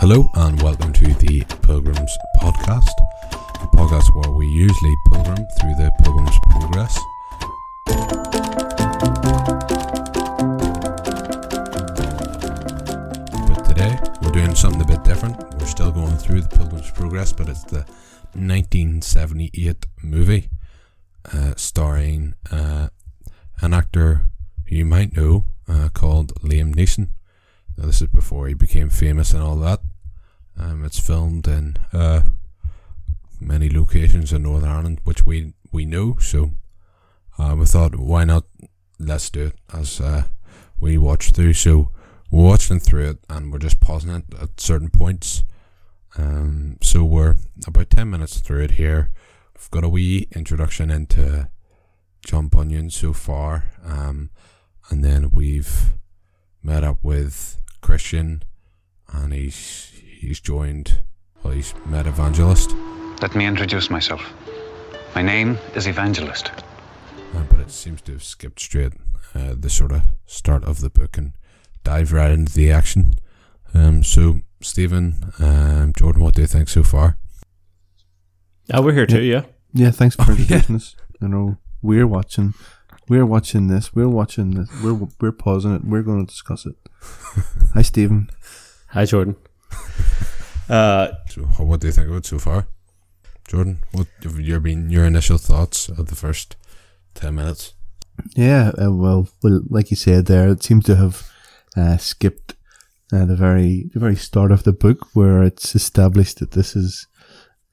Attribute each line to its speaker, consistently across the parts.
Speaker 1: Hello and welcome to the Pilgrims Podcast, the podcast where we usually pilgrim through the Pilgrim's Progress. But today we're doing something a bit different. We're still going through the Pilgrim's Progress, but it's the 1978 movie uh, starring uh, an actor who you might know uh, called Liam Neeson. Now, this is before he became famous and all that. Um, it's filmed in uh, many locations in Northern Ireland, which we we know. So uh, we thought, why not? Let's do it as uh, we watch through. So we're watching through it, and we're just pausing it at certain points. Um, so we're about ten minutes through it here. We've got a wee introduction into John Bunyan so far, um, and then we've met up with Christian, and he's he's joined. Well, he's met Evangelist,
Speaker 2: Let me introduce myself. My name is Evangelist.
Speaker 1: uh, but it seems to have skipped straight uh, the sort of start of the book and dive right into the action. Um, so Stephen, um, Jordan, what do you think so far?
Speaker 3: Oh, we're here too, yeah.
Speaker 4: Yeah, thanks for introducing us. I know we're watching, we're watching this, we're watching this, we're we're pausing it, we're going to discuss it. Hi, Stephen.
Speaker 3: Hi, Jordan. Uh,
Speaker 1: So wh- what do you think of it so far, Jordan? What have your been your initial thoughts of the first ten minutes?
Speaker 4: Yeah, uh, well, well, like you said there, it seems to have uh, skipped uh, the very the very start of the book where it's established that this is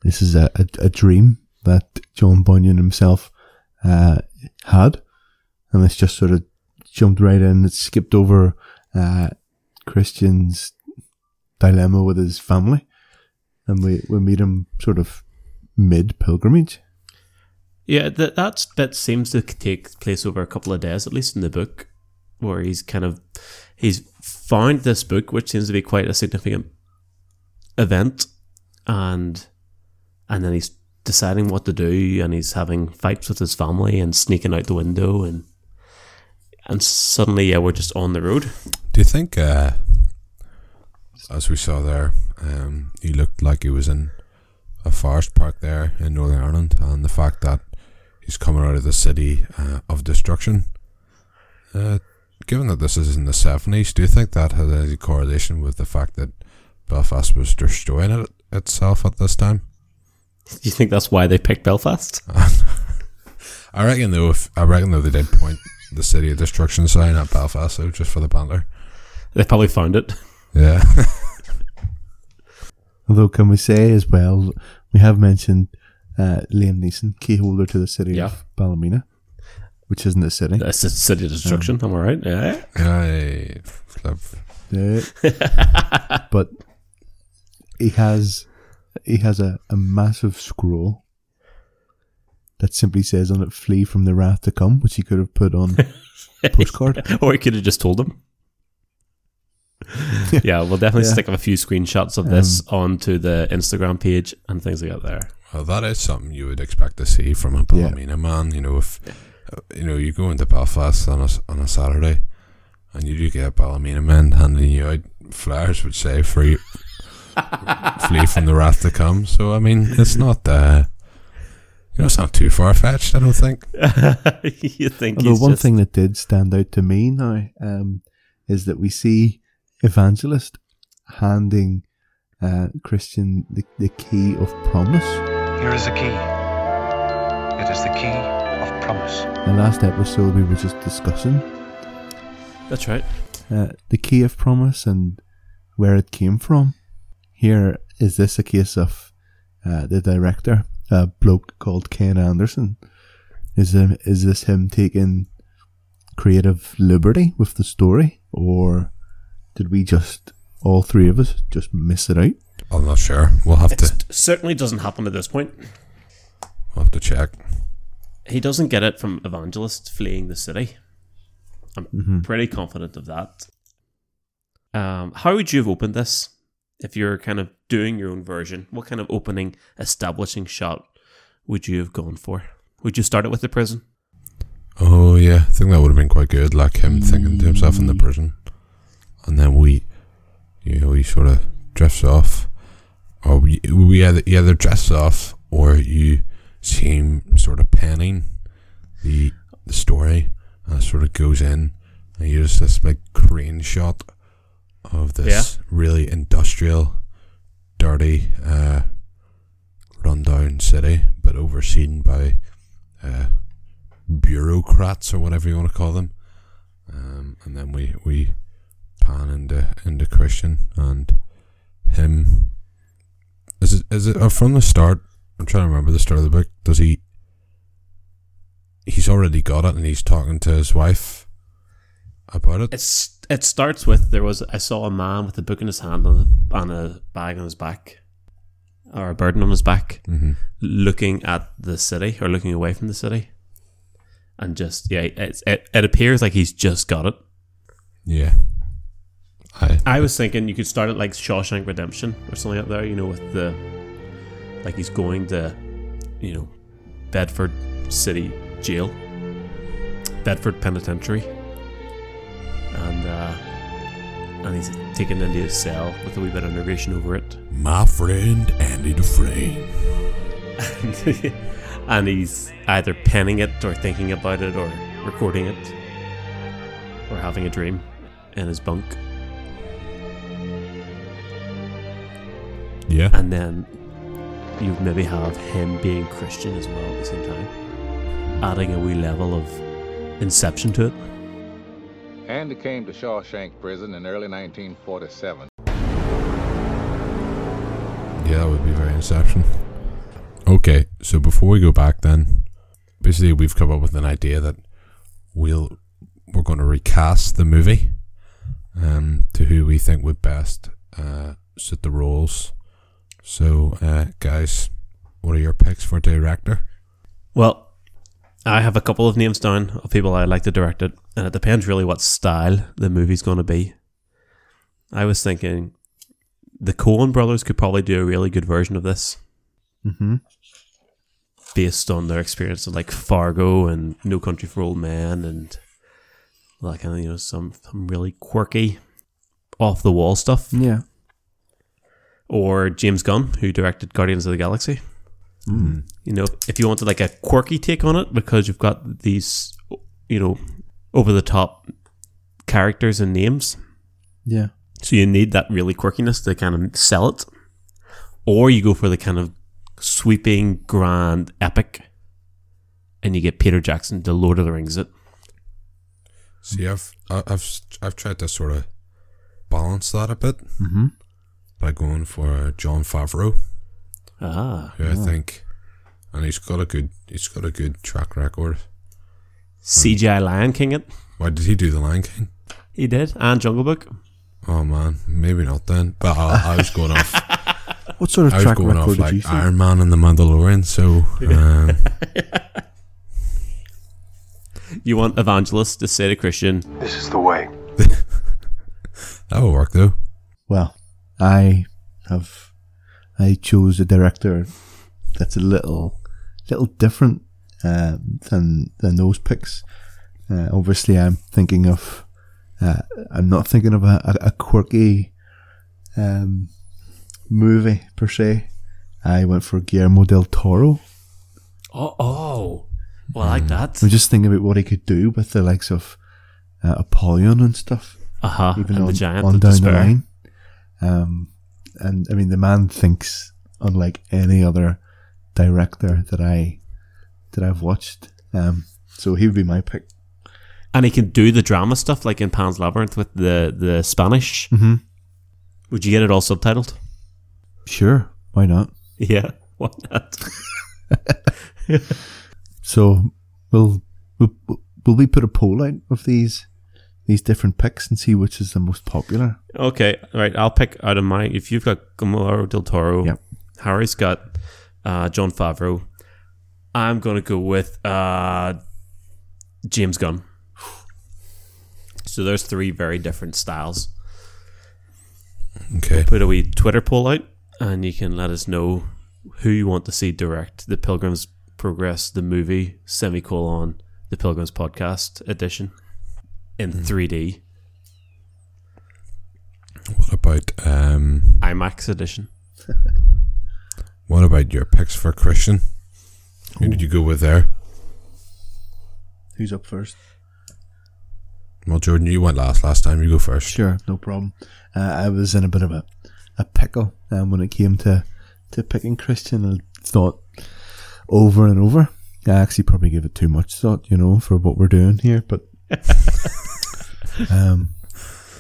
Speaker 4: this is a, a, a dream that John Bunyan himself uh, had, and it's just sort of jumped right in. It skipped over uh, Christian's dilemma with his family, and we we meet him sort of mid pilgrimage.
Speaker 3: yeah, that that bit seems to take place over a couple of days, at least in the book, where he's kind of he's found this book, which seems to be quite a significant event, and and then he's deciding what to do, and he's having fights with his family and sneaking out the window, and and suddenly, yeah, we're just on the road.
Speaker 1: Do you think, uh, as we saw there, um, he looked like he was in a forest park there in Northern Ireland, and the fact that he's coming out of the city uh, of destruction, uh, given that this is in the 70s, do you think that has any correlation with the fact that Belfast was destroying it itself at this time?
Speaker 3: Do you think that's why they picked Belfast?
Speaker 1: I reckon though, if I reckon though, they did point the city of destruction sign at Belfast, though, just for the banter.
Speaker 3: They probably found it.
Speaker 1: Yeah.
Speaker 4: Although, can we say as well, we have mentioned uh, Liam Neeson, keyholder to the city
Speaker 3: Yeah.
Speaker 4: of Ballymena, which isn't a city.
Speaker 3: That's the city of destruction. Am I right? Uh. Yeah.
Speaker 1: Aye. Clever.
Speaker 4: Uh, but he has he has a, a massive scroll that simply says on it, "Flee from the wrath to come," which he could have put on a postcard.
Speaker 3: or he could have just told them. yeah, we'll definitely
Speaker 4: Yeah. Um,
Speaker 3: stick up a few screenshots of this onto the Instagram page and things like that there.
Speaker 1: Well, Uh, that is something you would expect to see from a
Speaker 4: Yeah.
Speaker 1: Palomino man. You know, if uh, you know you go into Belfast on a s- on a Saturday, and you do get Palomino men handing you out flyers which say "free, flee from the wrath to come." So I mean, it's not uh, you know, it's not too far fetched. I don't think.
Speaker 3: you think
Speaker 4: Although
Speaker 3: he's
Speaker 4: one
Speaker 3: just-
Speaker 4: thing that did stand out to me now um, is that we see Evangelist handing uh, Christian the, the key of promise.
Speaker 2: Here is a key. It is the key of promise.
Speaker 4: The last episode we were just discussing
Speaker 3: That's right.
Speaker 4: uh, the key of promise and where it came from. Here is this a case of uh, the director, a bloke called Ken Anderson. Is him, is this him taking creative liberty with the story, or did we just all three of us just miss it out?
Speaker 1: I'm not sure. We'll have to
Speaker 3: It certainly doesn't happen at this point.
Speaker 1: we'll have to check.
Speaker 3: He doesn't get it from Evangelist fleeing the city. I'm
Speaker 4: Mm-hmm.
Speaker 3: pretty confident of that. Um, how would you have opened this if you're kind of doing your own version? What kind of opening, establishing shot would you have gone for? Would you start it with the prison?
Speaker 1: Oh yeah, I think that would have been quite good. Like him thinking to himself in the prison, and then we, you know, he sort of drifts off, or you, we either, you either drifts off or you see him sort of panning the the story and it sort of goes in and you just this big crane shot of this really industrial, dirty, uh, rundown city, but overseen by uh, bureaucrats or whatever you want to call them. Um, and then we we pan into into Christian and him. Is it is it uh, from the start? I'm trying to remember the start of the book. Does he? He's already got it, and he's talking to his wife about it.
Speaker 3: It's it starts with there was I saw a man with a book in his hand and a, and a bag on his back, or a burden on his back,
Speaker 1: Mm-hmm.
Speaker 3: looking at the city or looking away from the city, and just yeah, it's, it it appears like he's just got it.
Speaker 1: Yeah. I
Speaker 3: I was thinking you could start it like Shawshank Redemption or something up there, you know, with the like he's going to, you know, Bedford City Jail, Bedford Penitentiary, and uh, and he's taken into his cell with a wee bit of narration over it,
Speaker 1: my friend Andy Dufresne.
Speaker 3: and he's either penning it or thinking about it or recording it or having a dream in his bunk.
Speaker 1: Yeah.
Speaker 3: and then you maybe have him being Christian as well at the same time, adding a wee level of inception to it.
Speaker 5: Andy came to Shawshank Prison in early 1947.
Speaker 1: Yeah, that would be very Inception. Okay, so before we go back, then basically we've come up with an idea that we'll we're going to recast the movie um, to who we think would best uh, suit the roles. So, uh, guys, what are your picks for director?
Speaker 3: Well, I have a couple of names down of people I'd like to direct it, and it depends really what style the movie's going to be. I was thinking the Coen brothers could probably do a really good version of this
Speaker 4: Mm-hmm.
Speaker 3: based on their experience of like Fargo and No Country for Old Men and that kind of, you know, some, some really quirky, off the wall stuff.
Speaker 4: Yeah.
Speaker 3: or James Gunn, who directed Guardians of the Galaxy. You know, if you wanted like a quirky take on it, because you've got these, you know, over the top characters and names,
Speaker 4: Yeah.
Speaker 3: so you need that really quirkiness to kind of sell it, or you go for the kind of sweeping, grand, epic, and you get Peter Jackson to Lord of the Rings it.
Speaker 1: See, I've I- I've s- I've tried to sort of balance that a bit
Speaker 4: Mm-hmm.
Speaker 1: by going for uh, John Favreau.
Speaker 3: Ah,
Speaker 1: who I think, and he's got a good he's got a good track record.
Speaker 3: CGI Lion King it.
Speaker 1: Why did he do the Lion King?
Speaker 3: He did, and Jungle Book.
Speaker 1: Oh man, maybe not then. But I, I was going off.
Speaker 4: What sort of
Speaker 1: I was
Speaker 4: track
Speaker 1: going
Speaker 4: record
Speaker 1: off
Speaker 4: did you
Speaker 1: like
Speaker 4: see?
Speaker 1: Iron Man and the Mandalorian. So um,
Speaker 3: You want Evangelist to say to Christian,
Speaker 2: This is the way.
Speaker 1: that will work though.
Speaker 4: Well, I have I chose a director that's a little little different uh, than than those picks. Uh, obviously, I'm thinking of uh, I'm not thinking of a, a, a quirky um, movie per se. I went for Guillermo del Toro.
Speaker 3: Oh, oh. Well, I
Speaker 4: Hmm.
Speaker 3: like that.
Speaker 4: I'm just thinking about what he could do with the likes of uh, Apollyon and stuff.
Speaker 3: Uh-huh.
Speaker 4: even
Speaker 3: and
Speaker 4: on,
Speaker 3: the giant
Speaker 4: on
Speaker 3: of
Speaker 4: down
Speaker 3: despair.
Speaker 4: the line. Um, and I mean, the man thinks unlike any other director that I that I've watched. Um, so he would be my pick.
Speaker 3: And he can do the drama stuff like in Pan's Labyrinth with the, the Spanish.
Speaker 4: Mm-hmm.
Speaker 3: Would you get it all subtitled?
Speaker 4: Sure, why not?
Speaker 3: Yeah. Why not?
Speaker 4: So we'll we'll, we'll we put a poll out of these these different picks and see which is the most popular.
Speaker 3: okay. All right. I'll pick out of my. If you've got Guillermo del Toro,
Speaker 4: Yep.
Speaker 3: Harry Scott, uh, John Favreau, I'm going to go with uh, James Gunn. So there's three very different styles.
Speaker 1: Okay,
Speaker 3: put a wee Twitter poll out, and you can let us know who you want to see direct the Pilgrim's Progress, the movie semicolon the Pilgrim's
Speaker 4: Hmm.
Speaker 3: Podcast edition in 3D.
Speaker 1: what a about um,
Speaker 3: IMAX edition.
Speaker 1: what about your picks for Christian? Who did you go with there?
Speaker 4: Who's up first?
Speaker 1: Well, Jordan, you went last last time. You go first.
Speaker 4: Sure, no problem. Uh, I was in a bit of a, a pickle um, when it came to, to picking Christian. I thought over and over. I actually probably gave it too much thought, you know, for what we're doing here. But um,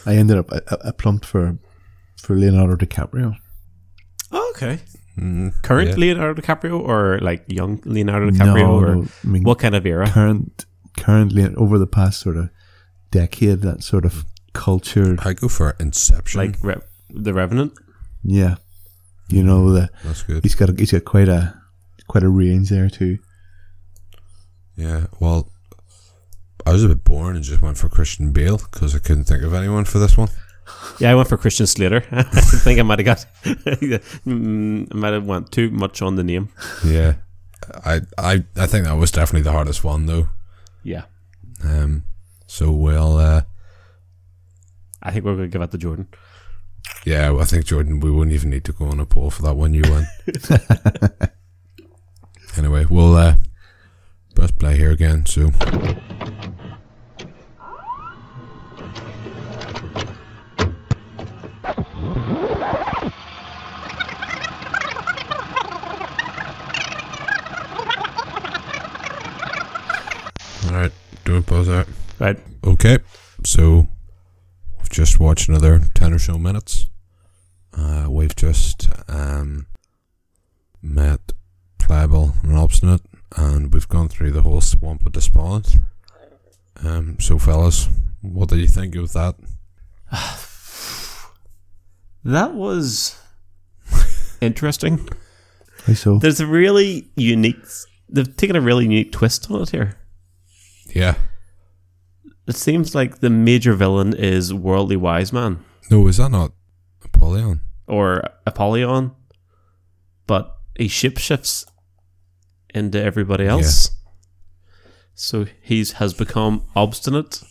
Speaker 4: I ended up I, I- I plumped for for Leonardo DiCaprio.
Speaker 3: Oh, okay.
Speaker 1: Mm,
Speaker 3: Current
Speaker 1: yeah.
Speaker 3: Leonardo DiCaprio or like young Leonardo DiCaprio
Speaker 4: No,
Speaker 3: or
Speaker 4: no, I mean-
Speaker 3: what kind of era?
Speaker 4: Current currently and over the past sort of decade, that sort of cultured,
Speaker 1: I go for Inception.
Speaker 3: Like Re- The Revenant?
Speaker 4: yeah, you know the
Speaker 1: That's good.
Speaker 4: he's got he's got quite a quite a range there too.
Speaker 1: Yeah. Well, I was a bit boring and just went for Christian Bale because I couldn't think of anyone for this one.
Speaker 3: Yeah, I went for Christian Slater. I think I might have got, Mm, I might have went too much on the name.
Speaker 1: Yeah. I I I think that was definitely the hardest one though.
Speaker 3: Yeah,
Speaker 1: Um. So we'll. Uh,
Speaker 3: I think we're going to give it to Jordan.
Speaker 1: yeah, I think Jordan. We wouldn't even need to go on a poll for that one. You won. anyway, we'll uh, press play here again. So. All right, don't pause that.
Speaker 3: Right.
Speaker 1: Okay, so we've just watched another 10 or so minutes. Uh, we've just um, met Pliable and Obstinate, and we've gone through the whole swamp of despond. Um, so, fellas, what did you think of that?
Speaker 3: That was interesting.
Speaker 4: I so
Speaker 3: There's a really unique, they've taken a really unique twist on it here.
Speaker 1: Yeah.
Speaker 3: It seems like the major villain is Worldly Wise Man
Speaker 1: No, is that not Apollyon?
Speaker 3: or Apollyon, but he shapeshifts into everybody else. So he's has become obstinate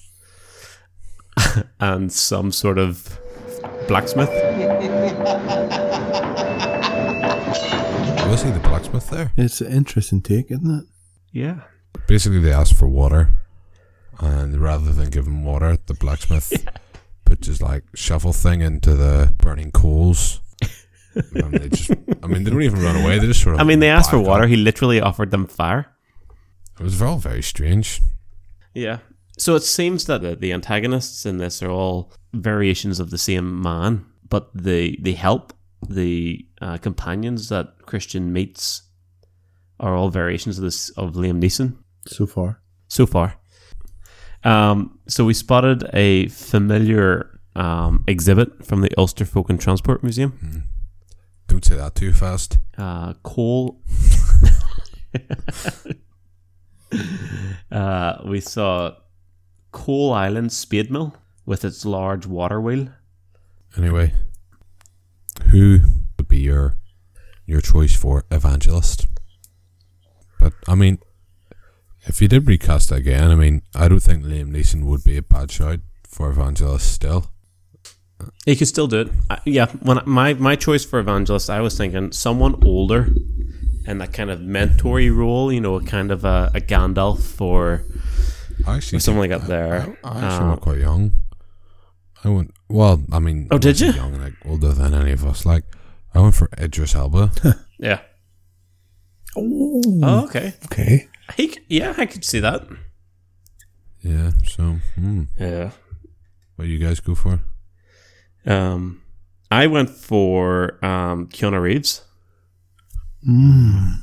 Speaker 3: and some sort of blacksmith.
Speaker 1: Was he the blacksmith there?
Speaker 4: it's an interesting take, isn't it?
Speaker 3: Yeah.
Speaker 1: Basically, they asked for water, and rather than give him water, the blacksmith puts his like shovel thing into the burning coals. and they just, I mean, they don't even run away. They just sort of.
Speaker 3: I mean, they asked for
Speaker 1: back
Speaker 3: water.
Speaker 1: up.
Speaker 3: He literally offered them fire.
Speaker 1: It was all very strange.
Speaker 3: Yeah. So it seems that the, the antagonists in this are all variations of the same man, but the the help, the uh, companions that Christian meets, are all variations of this of Liam Neeson
Speaker 4: So far,
Speaker 3: so far. Um, so we spotted a familiar um, exhibit from the Ulster Folk and Transport Museum.
Speaker 1: Don't say that too fast.
Speaker 3: uh, coal. uh, we saw Coal Island Spade Mill with its large water wheel.
Speaker 1: Anyway, who would be your your choice for evangelist? But I mean, if you did recast it again, I mean, I don't think Liam Neeson would be a bad shout for evangelist still.
Speaker 3: You could still do it. I, yeah, when I, my my choice for evangelist, I was thinking someone older and that kind of mentory role. You know, a kind of a, a Gandalf or
Speaker 1: I actually
Speaker 3: someone
Speaker 1: think-
Speaker 3: like that there.
Speaker 1: I, I actually
Speaker 3: Uh,
Speaker 1: were quite young. I went well. I mean,
Speaker 3: Oh,
Speaker 1: I
Speaker 3: did
Speaker 1: wasn't
Speaker 3: you?
Speaker 1: Young, like older than any of us. Like, I went for Idris Elba.
Speaker 3: yeah. Oh, okay.
Speaker 4: okay.
Speaker 3: He, c- yeah, I could see that.
Speaker 1: yeah. So, hmm,
Speaker 3: Yeah.
Speaker 1: what do you guys go for?
Speaker 3: Um, I went for um, Keanu Reeves.
Speaker 4: Mm.
Speaker 3: I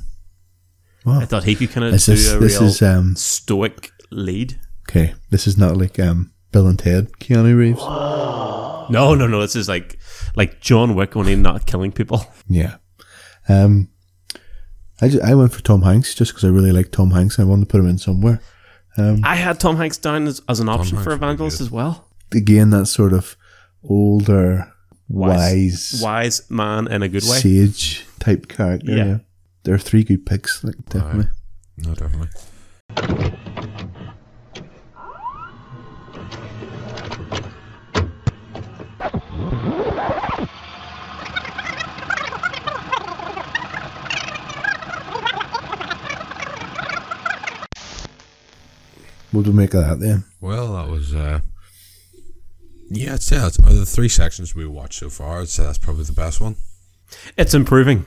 Speaker 4: Wow.
Speaker 3: thought he could kind of
Speaker 4: Oh. This
Speaker 3: do
Speaker 4: is
Speaker 3: a
Speaker 4: this
Speaker 3: real
Speaker 4: is um
Speaker 3: stoic lead.
Speaker 4: okay. This is not like um Bill and Ted, Keanu Reeves.
Speaker 3: No, no, no. This is like like John Wick only not killing people.
Speaker 4: Yeah. Um, I ju- I went for Tom Hanks just because I really like Tom Hanks. I wanted to put him in somewhere.
Speaker 3: I had Tom Hanks down as, as an option
Speaker 1: Hanks
Speaker 3: for
Speaker 1: would be
Speaker 3: Evangelist
Speaker 1: good.
Speaker 3: as well.
Speaker 4: Again, that sort of older,
Speaker 3: Wise.
Speaker 4: wise,
Speaker 3: Wise man in a good way.
Speaker 4: sage type character.
Speaker 3: Yeah.
Speaker 4: Yeah. There are three good picks, like definitely.
Speaker 1: No, definitely.
Speaker 4: What do we make of that then?
Speaker 1: Well, that was. Uh, yeah, I'd say that's, of the three sections we watched so far, I'd say that's probably the best one.
Speaker 3: It's improving.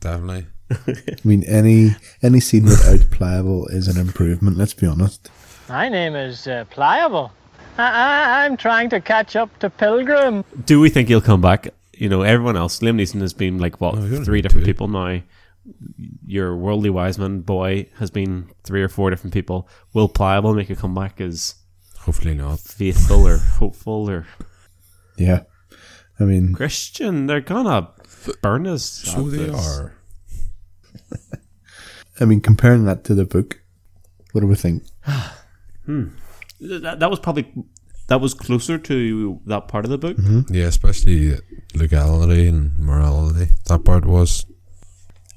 Speaker 1: Definitely.
Speaker 4: I mean, any any scene without pliable is an improvement. Let's be honest.
Speaker 6: My name is uh, Pliable. I- I- I'm trying to catch up to Pilgrim.
Speaker 3: Do we think he'll come back? You know, everyone else. Liam Neeson has been like what
Speaker 1: No, he only
Speaker 3: three
Speaker 1: did
Speaker 3: different
Speaker 1: two.
Speaker 3: people now. Your worldly wise man boy has been three or four different people. Will Pliable make a comeback as
Speaker 1: Hopefully not.
Speaker 3: faithful or hopeful or
Speaker 4: Yeah, I mean,
Speaker 3: Christian? They're gonna burn us.
Speaker 1: So
Speaker 3: at
Speaker 1: they
Speaker 3: this.
Speaker 1: are.
Speaker 4: I mean, comparing that to the book, what do we think?
Speaker 3: That, that was probably that was closer to that part of the book.
Speaker 1: Yeah, especially legality and morality. That part was.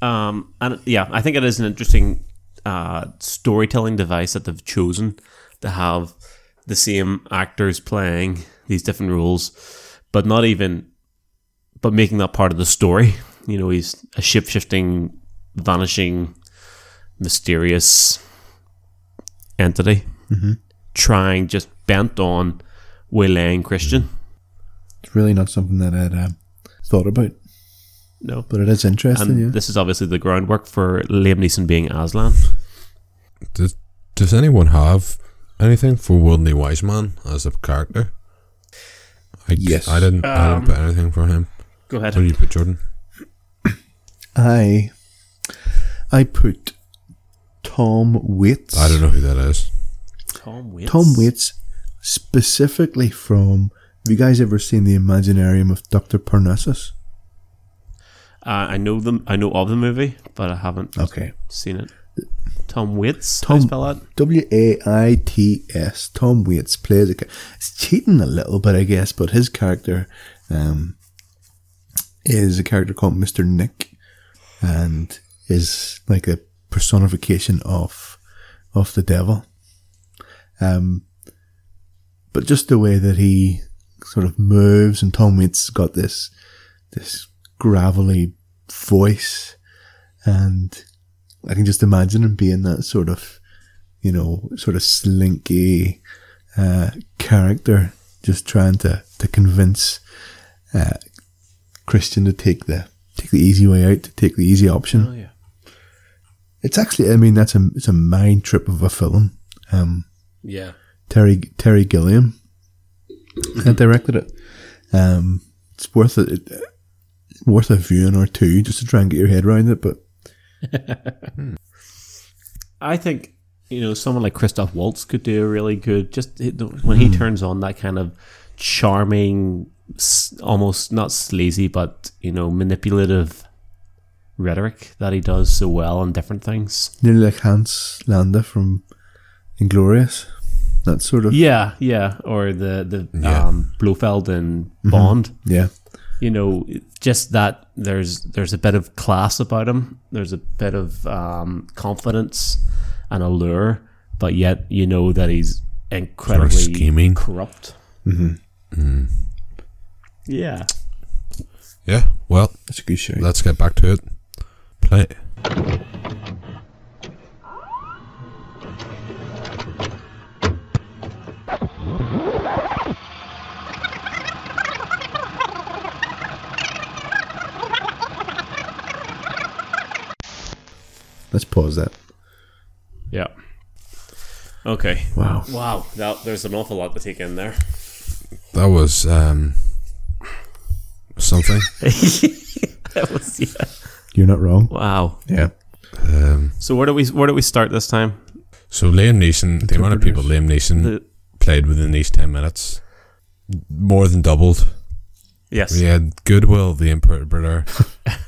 Speaker 3: Um, and yeah, I think it is an interesting uh, storytelling device that they've chosen to have the same actors playing these different roles, but not even, but making that part of the story. You know, he's a ship shifting, vanishing, mysterious entity trying just bent on waylaying Christian.
Speaker 4: It's really not something that I'd um, thought about,
Speaker 3: No.
Speaker 4: but it is interesting.
Speaker 3: and
Speaker 4: yeah,
Speaker 3: this is obviously the groundwork for Liam Neeson being Aslan.
Speaker 1: Does, does anyone have anything for Worldly Wise Man as a character? I,
Speaker 4: Yes.
Speaker 1: I didn't. I didn't put anything for him.
Speaker 3: Go ahead.
Speaker 1: What did you put, Jordan?
Speaker 4: I I put Tom Waits.
Speaker 1: I don't know who that is.
Speaker 3: Tom Waits.
Speaker 4: Tom Waits specifically from. Have you guys ever seen the Imaginarium of Doctor Parnassus?
Speaker 3: Uh, I know them. I know of the movie, but I haven't
Speaker 4: Okay.
Speaker 3: seen it. Tom Waits. Tom,
Speaker 4: Tom-
Speaker 3: How do you spell that?
Speaker 4: W A I T S. Tom Waits plays a. ca- It's cheating a little bit, I guess, but his character um, is a character called Mister Nick, and is like a personification of of the devil. Um, but just the way that he sort of moves, and Tom Waits has got this this gravelly voice, and I can just imagine him being that sort of you know, sort of slinky uh, character, just trying to to convince uh, Christian to take the take the easy way out, to take the easy option.
Speaker 3: Oh yeah.
Speaker 4: It's actually, I mean, that's a it's a mind trip of a film. Um,
Speaker 3: Yeah.
Speaker 4: Terry Terry Gilliam had directed it. Um, it's worth it. it- Worth a viewing or two just to try and get your head around it, but
Speaker 3: I think you know someone like Christoph Waltz could do a really good. Just you know, when
Speaker 4: Hmm.
Speaker 3: he turns on that kind of charming, s- almost not sleazy, but you know manipulative rhetoric that he does so well on different things.
Speaker 4: nearly like Hans Landa from Inglorious, that sort of
Speaker 3: Yeah, yeah. Or the the
Speaker 1: Yeah. Mm-hmm.
Speaker 3: um, Blofeld and Bond.
Speaker 4: yeah.
Speaker 3: you know, just that there's there's a bit of class about him. There's a bit of um, confidence and allure, but yet you know that he's incredibly
Speaker 1: scheming.
Speaker 3: corrupt. Mm-hmm. Yeah,
Speaker 1: Yeah. Well,
Speaker 4: That's a good show.
Speaker 1: let's get back to it. Play. it.
Speaker 4: Let's pause that.
Speaker 3: yeah. Okay.
Speaker 4: Wow.
Speaker 3: Wow. That, there's an awful lot to take in there.
Speaker 1: That was um, something.
Speaker 3: That was, yeah.
Speaker 4: You're not wrong.
Speaker 3: Wow.
Speaker 4: Yeah.
Speaker 1: Um,
Speaker 3: So where do we where do we start this time?
Speaker 1: so Liam Neeson, the amount of people Liam Neeson
Speaker 3: The-
Speaker 1: played within these ten minutes, more than doubled.
Speaker 3: Yes.
Speaker 1: We had Goodwill, the interpreter,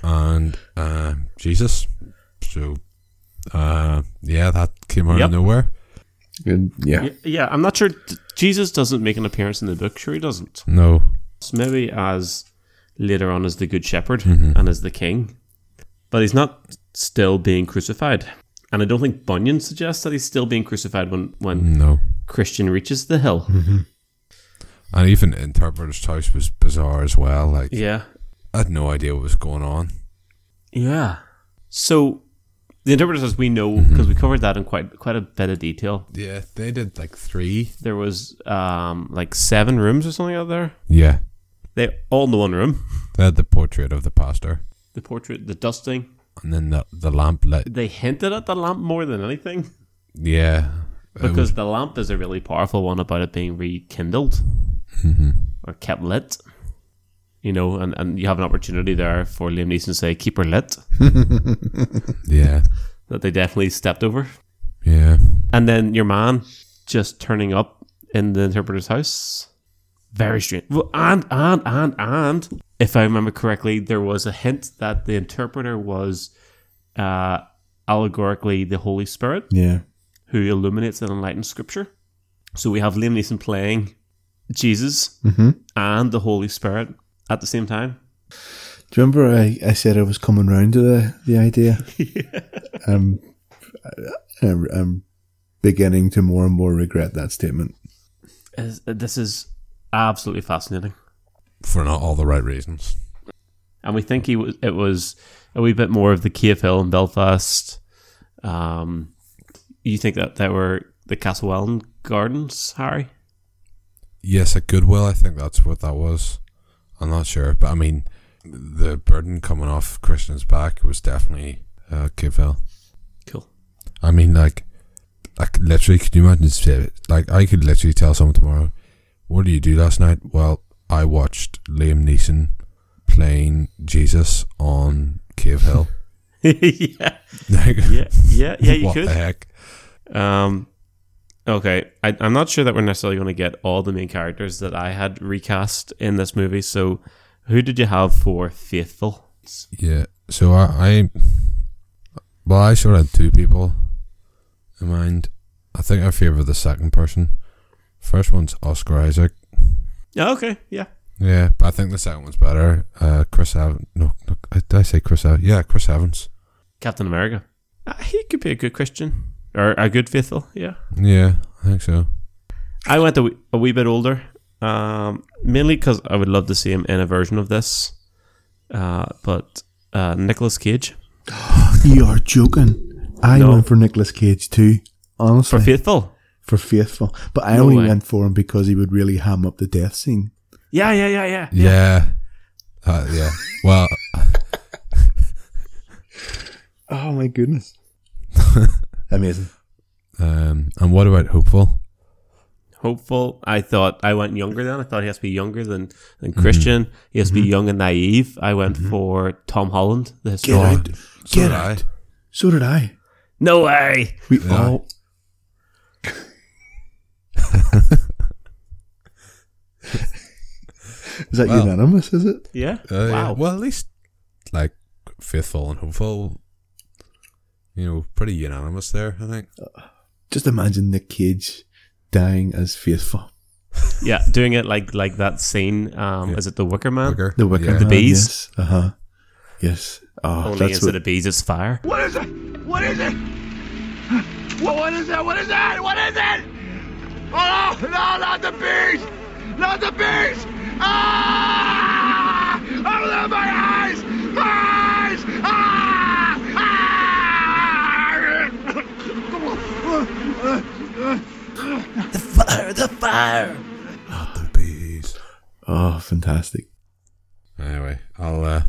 Speaker 1: and um Jesus. So, uh, yeah, that came out
Speaker 3: Yep.
Speaker 1: of nowhere.
Speaker 4: Good. Yeah.
Speaker 3: Y- Yeah, I'm not sure. Jesus doesn't make an appearance in the book. Sure, he doesn't.
Speaker 1: No,
Speaker 3: So maybe as later on as the good shepherd and as the king but he's not still being crucified and i don't think bunyan suggests that he's still being crucified when when
Speaker 1: no.
Speaker 3: christian reaches the hill
Speaker 1: And even interpreter's house was bizarre as well. Like
Speaker 3: yeah
Speaker 1: I had no idea what was going on.
Speaker 3: yeah so The interpreters, as we know, because we covered that in quite quite a bit of detail.
Speaker 1: Yeah, they did like three.
Speaker 3: There was um like seven rooms or something out there.
Speaker 1: Yeah,
Speaker 3: They all in the one room.
Speaker 1: they had the portrait of the pastor,
Speaker 3: The portrait, the dusting.
Speaker 1: and then the the lamp lit.
Speaker 3: They hinted at the lamp more than anything
Speaker 1: Yeah, it was-
Speaker 3: because the lamp is a really powerful one about it being rekindled
Speaker 1: Mm-hmm.
Speaker 3: or kept lit. You know, and, and you have an opportunity there for Liam Neeson to say, keep her lit,
Speaker 1: yeah,
Speaker 3: that they definitely stepped over.
Speaker 1: yeah.
Speaker 3: And then your man just turning up in the interpreter's house. Very strange. Well, and, and, and, and, if I remember correctly, there was a hint that the interpreter was uh, allegorically the Holy Spirit
Speaker 4: Yeah.
Speaker 3: who illuminates and enlightens scripture. So we have Liam Neeson playing Jesus
Speaker 1: Mm-hmm.
Speaker 3: and the Holy Spirit at the same time.
Speaker 4: Do you remember I, I said I was coming round to the, the idea? um, I, I'm- I'm beginning to more and more regret that statement.
Speaker 3: Is- This is absolutely fascinating.
Speaker 1: For not all the right reasons.
Speaker 3: and we think he was it was a wee bit more of the KFL in Belfast. Um, you think that that were the Castlewellan Gardens, Harry?
Speaker 1: Yes, at Goodwill, I think that's what that was. I'm not sure, but I mean, the burden coming off Christian's back was definitely uh, Kivell.
Speaker 3: Cool.
Speaker 1: I mean, like, I could literally, could you imagine? say- Like, I could literally tell someone tomorrow, "What did you do last night?" Well, I watched Liam Neeson playing Jesus on Cave Hill.
Speaker 3: yeah,
Speaker 1: like,
Speaker 3: yeah, yeah, yeah. You
Speaker 1: what the
Speaker 3: could.
Speaker 1: heck?
Speaker 3: Um, okay, I, I'm not sure that we're necessarily going to get all the main characters that I had recast in this movie. So, who did you have for Faithful?
Speaker 1: Yeah. So I, I well, I sort of had two people in mind. I think I favour the second person. First one's Oscar Isaac.
Speaker 3: Oh, okay, yeah,
Speaker 1: Yeah, but I think the second one's better. Uh, Chris Evans. No, no, did I say Chris Evans? Yeah, Chris Evans.
Speaker 3: Captain America. Uh, he could be a good Christian or a good Faithful. Yeah.
Speaker 1: Yeah, I think so.
Speaker 3: I went a wee, a wee bit older, um, mainly because I would love to see him in a version of this. Uh, but uh, Nicholas Cage
Speaker 4: You are joking. I
Speaker 3: No.
Speaker 4: went for Nicolas Cage too. Honestly,
Speaker 3: for
Speaker 4: for,
Speaker 3: Faithful.
Speaker 4: faithful, but I
Speaker 3: No
Speaker 4: only
Speaker 3: way.
Speaker 4: went for him because he would really ham up the death scene.
Speaker 3: Yeah, yeah, yeah, yeah.
Speaker 1: Yeah. Uh, yeah. Well,
Speaker 4: Oh my goodness! Amazing.
Speaker 1: um, and what about Hopeful?
Speaker 3: Hopeful. I thought I went younger then. I thought he has to be younger than, than Christian. He has to be young and naive. I went for Tom Holland, the
Speaker 4: Get
Speaker 3: historian.
Speaker 4: out! Get
Speaker 1: did I.
Speaker 4: out! So did I.
Speaker 3: No way.
Speaker 4: We
Speaker 1: Yeah.
Speaker 4: all. is that
Speaker 1: Well.
Speaker 4: unanimous? Is it?
Speaker 3: Oh, Yeah.
Speaker 1: Uh,
Speaker 3: wow.
Speaker 1: Well, at least like faithful and hopeful. You know, pretty unanimous there. I think.
Speaker 4: Just imagine Nick Cage dying as faithful.
Speaker 3: Yeah, doing it like like that scene. Um,
Speaker 1: Yeah.
Speaker 3: Is it the Wicker Man?
Speaker 1: Booger.
Speaker 4: The wicker,
Speaker 1: Yeah. Ah,
Speaker 3: The bees?
Speaker 4: Yes. Uh huh. Yes. Oh,
Speaker 3: Only
Speaker 4: that's
Speaker 3: instead
Speaker 4: what,
Speaker 3: of bees, it's fire.
Speaker 7: What is it? What is it? What, what is it? What is it? What is it? Oh, no, not the bees! Not the bees! Ah! Open my eyes! My eyes! Ah! Ah!
Speaker 1: The bees.
Speaker 4: oh, fantastic.
Speaker 1: Anyway, I'll uh,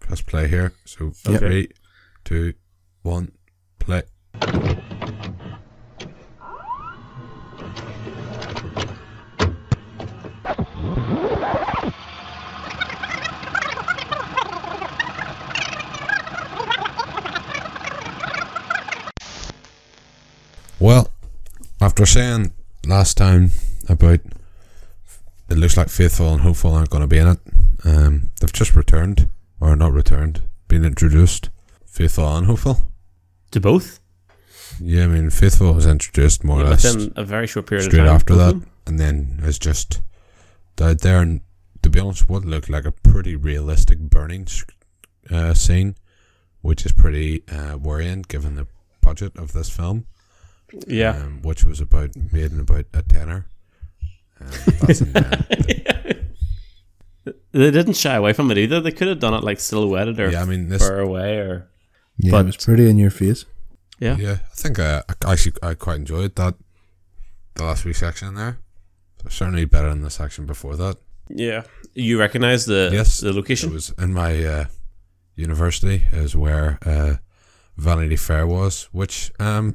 Speaker 1: press play here. So
Speaker 4: Yep.
Speaker 1: three, two, one, play. Well, after saying last time about it looks like Faithful and Hopeful aren't going to be in it. Um, they've just returned, or not returned, been introduced. Faithful and Hopeful.
Speaker 3: To both.
Speaker 1: Yeah, I mean, Faithful was introduced more or less
Speaker 3: Within a very short period
Speaker 1: Oh, straight
Speaker 3: of time.
Speaker 1: after
Speaker 3: both of
Speaker 1: that,
Speaker 3: them.
Speaker 1: and then it's just died there. And to be honest, what looked like a pretty realistic burning s- uh, scene, which is pretty uh, worrying given the budget of this film,
Speaker 3: Mm-hmm. Yeah.
Speaker 1: um, which was about made in about a tenner. Um, that's in there.
Speaker 3: They didn't shy away from it either. They could have done it like silhouetted or
Speaker 1: Yeah, I mean, this
Speaker 3: far away or
Speaker 4: Yeah,
Speaker 3: But-
Speaker 4: it was pretty in your face.
Speaker 3: Yeah.
Speaker 1: Yeah, I think uh, I actually I quite enjoyed that the last wee section in there. Certainly better than the section before that.
Speaker 3: Yeah. You recognize the
Speaker 1: yes,
Speaker 3: the location?
Speaker 1: It was in my uh, university is where uh, Vanity Fair was, which um,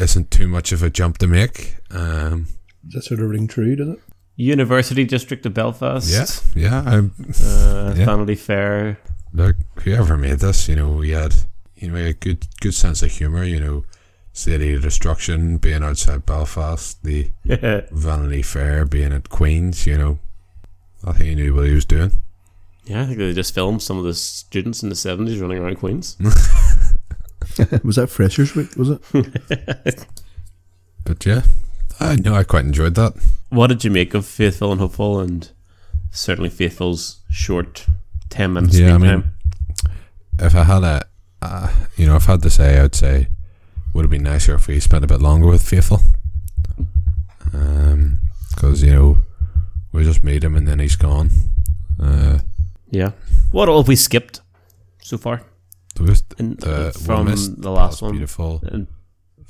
Speaker 1: isn't too much of a jump to make. Um,
Speaker 4: Does that sort of ring true, does it?
Speaker 3: University District of Belfast.
Speaker 1: yeah, yeah. I'm,
Speaker 3: Uh,
Speaker 1: Yeah.
Speaker 3: Vanity Fair.
Speaker 1: look, whoever made this, you know, we had you know a good good sense of humor. You know, city destruction being outside Belfast, the
Speaker 3: yeah.
Speaker 1: Vanity Fair being at Queens. You know, I think he knew what he was doing.
Speaker 3: I think they just filmed some of the students in the 70s running around Queens.
Speaker 1: Mm.
Speaker 4: was that Freshers Week, was it?
Speaker 1: But yeah, I know I quite enjoyed that.
Speaker 3: What did you make of Faithful and Hopeful and certainly Faithful's short 10 minutes?
Speaker 1: Yeah,
Speaker 3: Yeah,
Speaker 1: I mean, if I had a, uh, you know, if I had to say, I'd say would have been nicer if we spent a bit longer with Faithful. Um, because you know, we just meet him and then he's gone. Uh,
Speaker 3: Yeah. What all have we skipped so far?
Speaker 1: there was
Speaker 3: In,
Speaker 1: uh, we
Speaker 3: from
Speaker 1: missed
Speaker 3: the last
Speaker 1: Past
Speaker 3: one. uh,
Speaker 1: beautiful
Speaker 3: And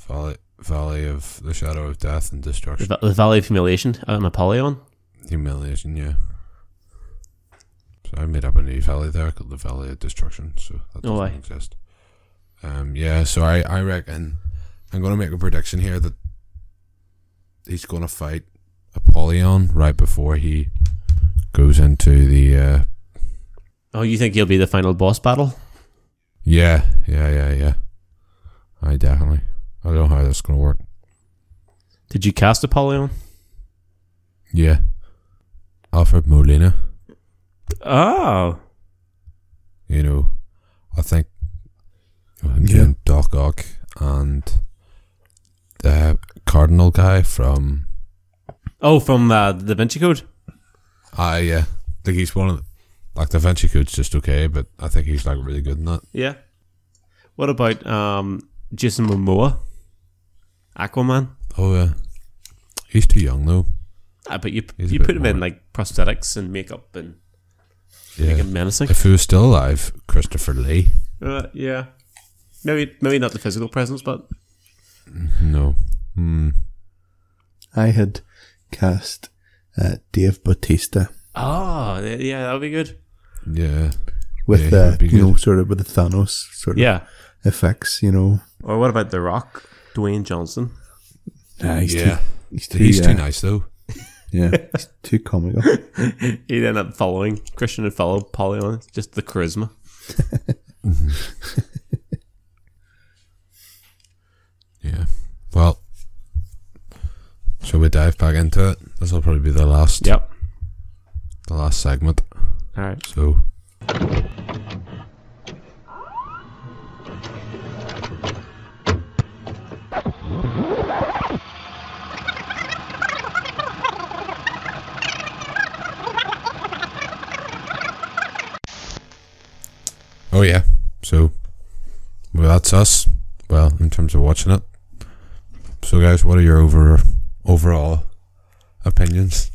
Speaker 1: valley, valley of the shadow of death and
Speaker 3: the,
Speaker 1: destruction,
Speaker 3: Va- the Valley of Humiliation uh, out in Apollyon.
Speaker 1: humiliation. Yeah. So I made up a new valley there called the Valley of Destruction. So that doesn't
Speaker 3: Oh, aye.
Speaker 1: exist. Um, yeah. So I, I reckon I'm gonna make a prediction here that he's gonna fight Apollyon right before he goes into the. Uh,
Speaker 3: Oh, you think he'll be the final boss battle?
Speaker 1: yeah, yeah, yeah, yeah. I definitely. I don't know how that's gonna work.
Speaker 3: Did you cast Apollyon?
Speaker 1: Yeah. Alfred Molina.
Speaker 3: Oh.
Speaker 1: you know, I think you know, him
Speaker 4: Yeah.
Speaker 1: doing Doc Ock and the Cardinal guy from
Speaker 3: Oh, from uh, the Da Vinci Code?
Speaker 1: I yeah, like he's one of the, like the Vinci Code's just okay, but I think he's like really good in that.
Speaker 3: Yeah. What about um, Jason Momoa? Aquaman?
Speaker 1: Oh yeah, he's too young though.
Speaker 3: I bet Ah, you
Speaker 1: He's a
Speaker 3: you
Speaker 1: bit
Speaker 3: put him in
Speaker 1: more-
Speaker 3: like prosthetics and makeup and make
Speaker 1: Yeah,
Speaker 3: him menacing.
Speaker 1: if he was still alive, Christopher Lee.
Speaker 3: Uh, yeah. Maybe maybe not the physical presence, but
Speaker 1: No, Hmm.
Speaker 4: I had cast uh, Dave Bautista
Speaker 3: oh yeah, that would be good.
Speaker 1: yeah, Yeah,
Speaker 4: with
Speaker 1: he would
Speaker 4: uh,
Speaker 1: be
Speaker 4: you know
Speaker 1: good.
Speaker 4: sort of with the Thanos sort of
Speaker 3: Yeah.
Speaker 4: effects. You know,
Speaker 3: Or what about The Rock, Dwayne Johnson?
Speaker 4: Nah, he's
Speaker 1: yeah.
Speaker 4: too, he's too,
Speaker 1: he's
Speaker 4: uh,
Speaker 1: too nice though.
Speaker 4: Yeah, he's too comical.
Speaker 3: He'd end up following Christian and follow Polyon. Just the charisma.
Speaker 1: Yeah. Well, shall we dive back into it? This will probably be the last,
Speaker 3: Yep.
Speaker 1: the last segment.
Speaker 3: All right.
Speaker 1: So Oh yeah. So well that's us. Well, in terms of watching it. So guys, what are your over overall opinions?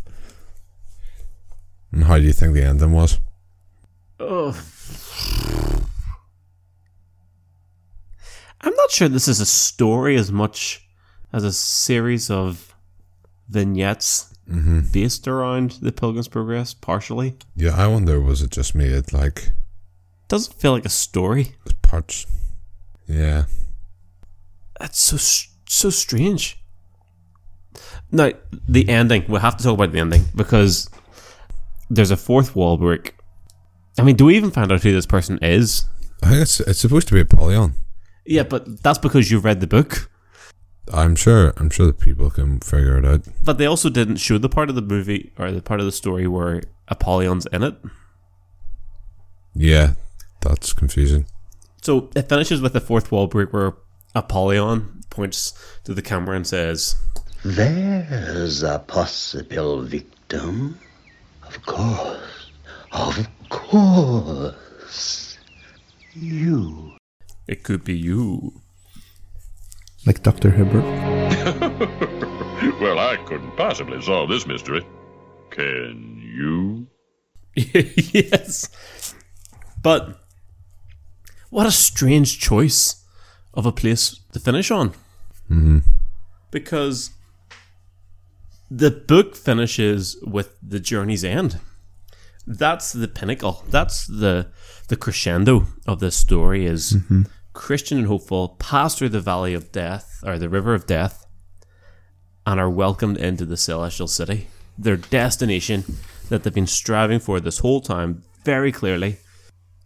Speaker 1: And how do you think the ending was?
Speaker 3: Oh. I'm not sure this is a story as much as a series of vignettes based around the Pilgrim's Progress, partially.
Speaker 1: Yeah, I wonder was it just me? It like
Speaker 3: Doesn't feel like a story.
Speaker 1: the parts. Yeah.
Speaker 3: That's so s- so strange. Now, the ending. We have to talk about the ending because there's a fourth wall break. I mean, do we even find out who this person is?
Speaker 1: I think it's it's supposed to be Apollyon.
Speaker 3: Yeah, but that's because you've read the book.
Speaker 1: I'm sure I'm sure that people can figure it out.
Speaker 3: But they also didn't show the part of the movie or the part of the story where Apollyon's in it.
Speaker 1: Yeah. That's confusing.
Speaker 3: So it finishes with the fourth wall break where Apollyon points to the camera and says,
Speaker 8: There's a possible victim. Of course. Of course. You.
Speaker 3: It could be you.
Speaker 4: like Doctor Hibbert.
Speaker 9: Well, I couldn't possibly solve this mystery. Can you?
Speaker 3: yes. But What a strange choice of a place to finish on. Because the book finishes with the journey's end. That's the pinnacle. That's the the crescendo of this story is Christian and hopeful pass through the valley of death or the river of death and are welcomed into the celestial city. Their destination that they've been striving for this whole time, very clearly,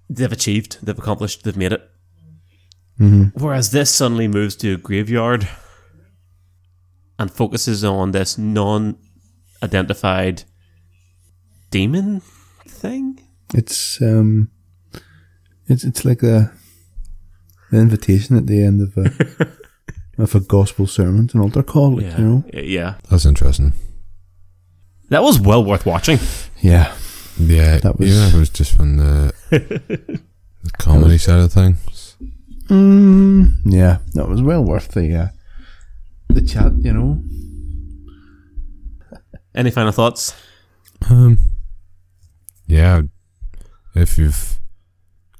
Speaker 3: they've achieved, they've accomplished, they've made it. Whereas this suddenly moves to a graveyard and focuses on this non identified demon thing.
Speaker 4: It's um, it's it's like a an invitation at the end of a of a gospel sermon, to an altar call, like, you know.
Speaker 3: Yeah.
Speaker 1: That's interesting.
Speaker 3: That was well worth watching.
Speaker 4: Yeah,
Speaker 1: Yeah,
Speaker 4: That was-
Speaker 1: even if it was just from the, the comedy side of things.
Speaker 4: mm, yeah, that was well worth the uh, the chat, you know.
Speaker 3: Any final thoughts?
Speaker 1: Um, yeah, if you've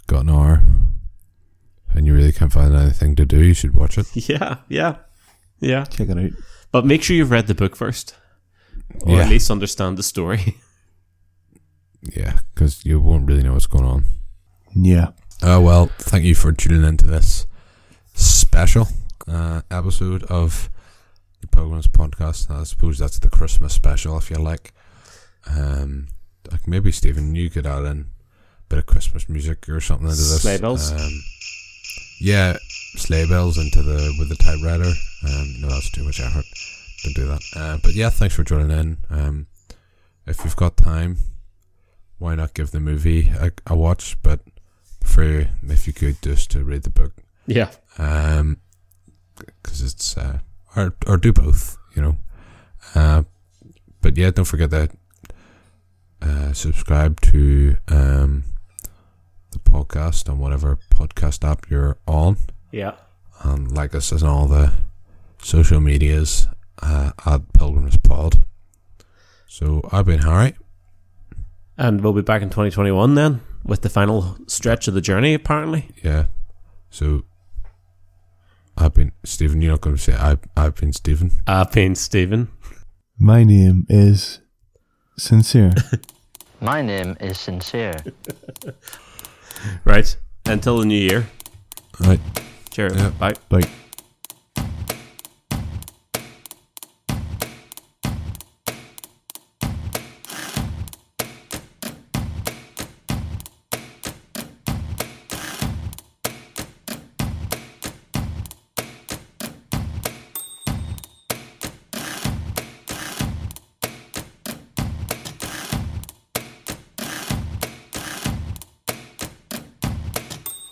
Speaker 1: got an hour and you really can't find anything to do, you should watch it.
Speaker 3: Yeah, yeah, yeah.
Speaker 4: Check it out.
Speaker 3: But make sure you've read the book first, or
Speaker 1: yeah,
Speaker 3: at least understand the story.
Speaker 1: yeah, because you won't really know what's going on.
Speaker 4: Yeah,
Speaker 1: Oh well, thank you for tuning in to this special uh, episode of the Pilgrims Podcast. I suppose that's the Christmas special, if you like. Um, like maybe Stephen, you could add in a bit of Christmas music or something into this.
Speaker 3: Sleigh bells?
Speaker 1: Um, yeah, sleigh bells into the with the typewriter. Um, no, that's too much effort. Don't do that. Uh, but yeah, thanks for joining in. Um, if you've got time, why not give the movie a, a watch? But for if you could just to read the book,
Speaker 3: yeah,
Speaker 1: um, because it's uh, or or do both, you know. Uh, but yeah, don't forget that uh, subscribe to um the podcast on whatever podcast app you're on,
Speaker 3: yeah.
Speaker 1: and like us on all the social medias uh, at Pilgrims Pod. So I've been Harry.
Speaker 3: And we'll be back in 2021 then with the final stretch of the journey. Apparently,
Speaker 1: Yeah. So I've been Stephen. You're not going to say I've I've been Stephen.
Speaker 3: I've been Ah, Stephen.
Speaker 4: my name is sincere.
Speaker 10: My name is Sincere.
Speaker 3: Right. Until the new year.
Speaker 1: Right.
Speaker 3: Cheers.
Speaker 1: Yeah.
Speaker 3: Bye.
Speaker 4: like.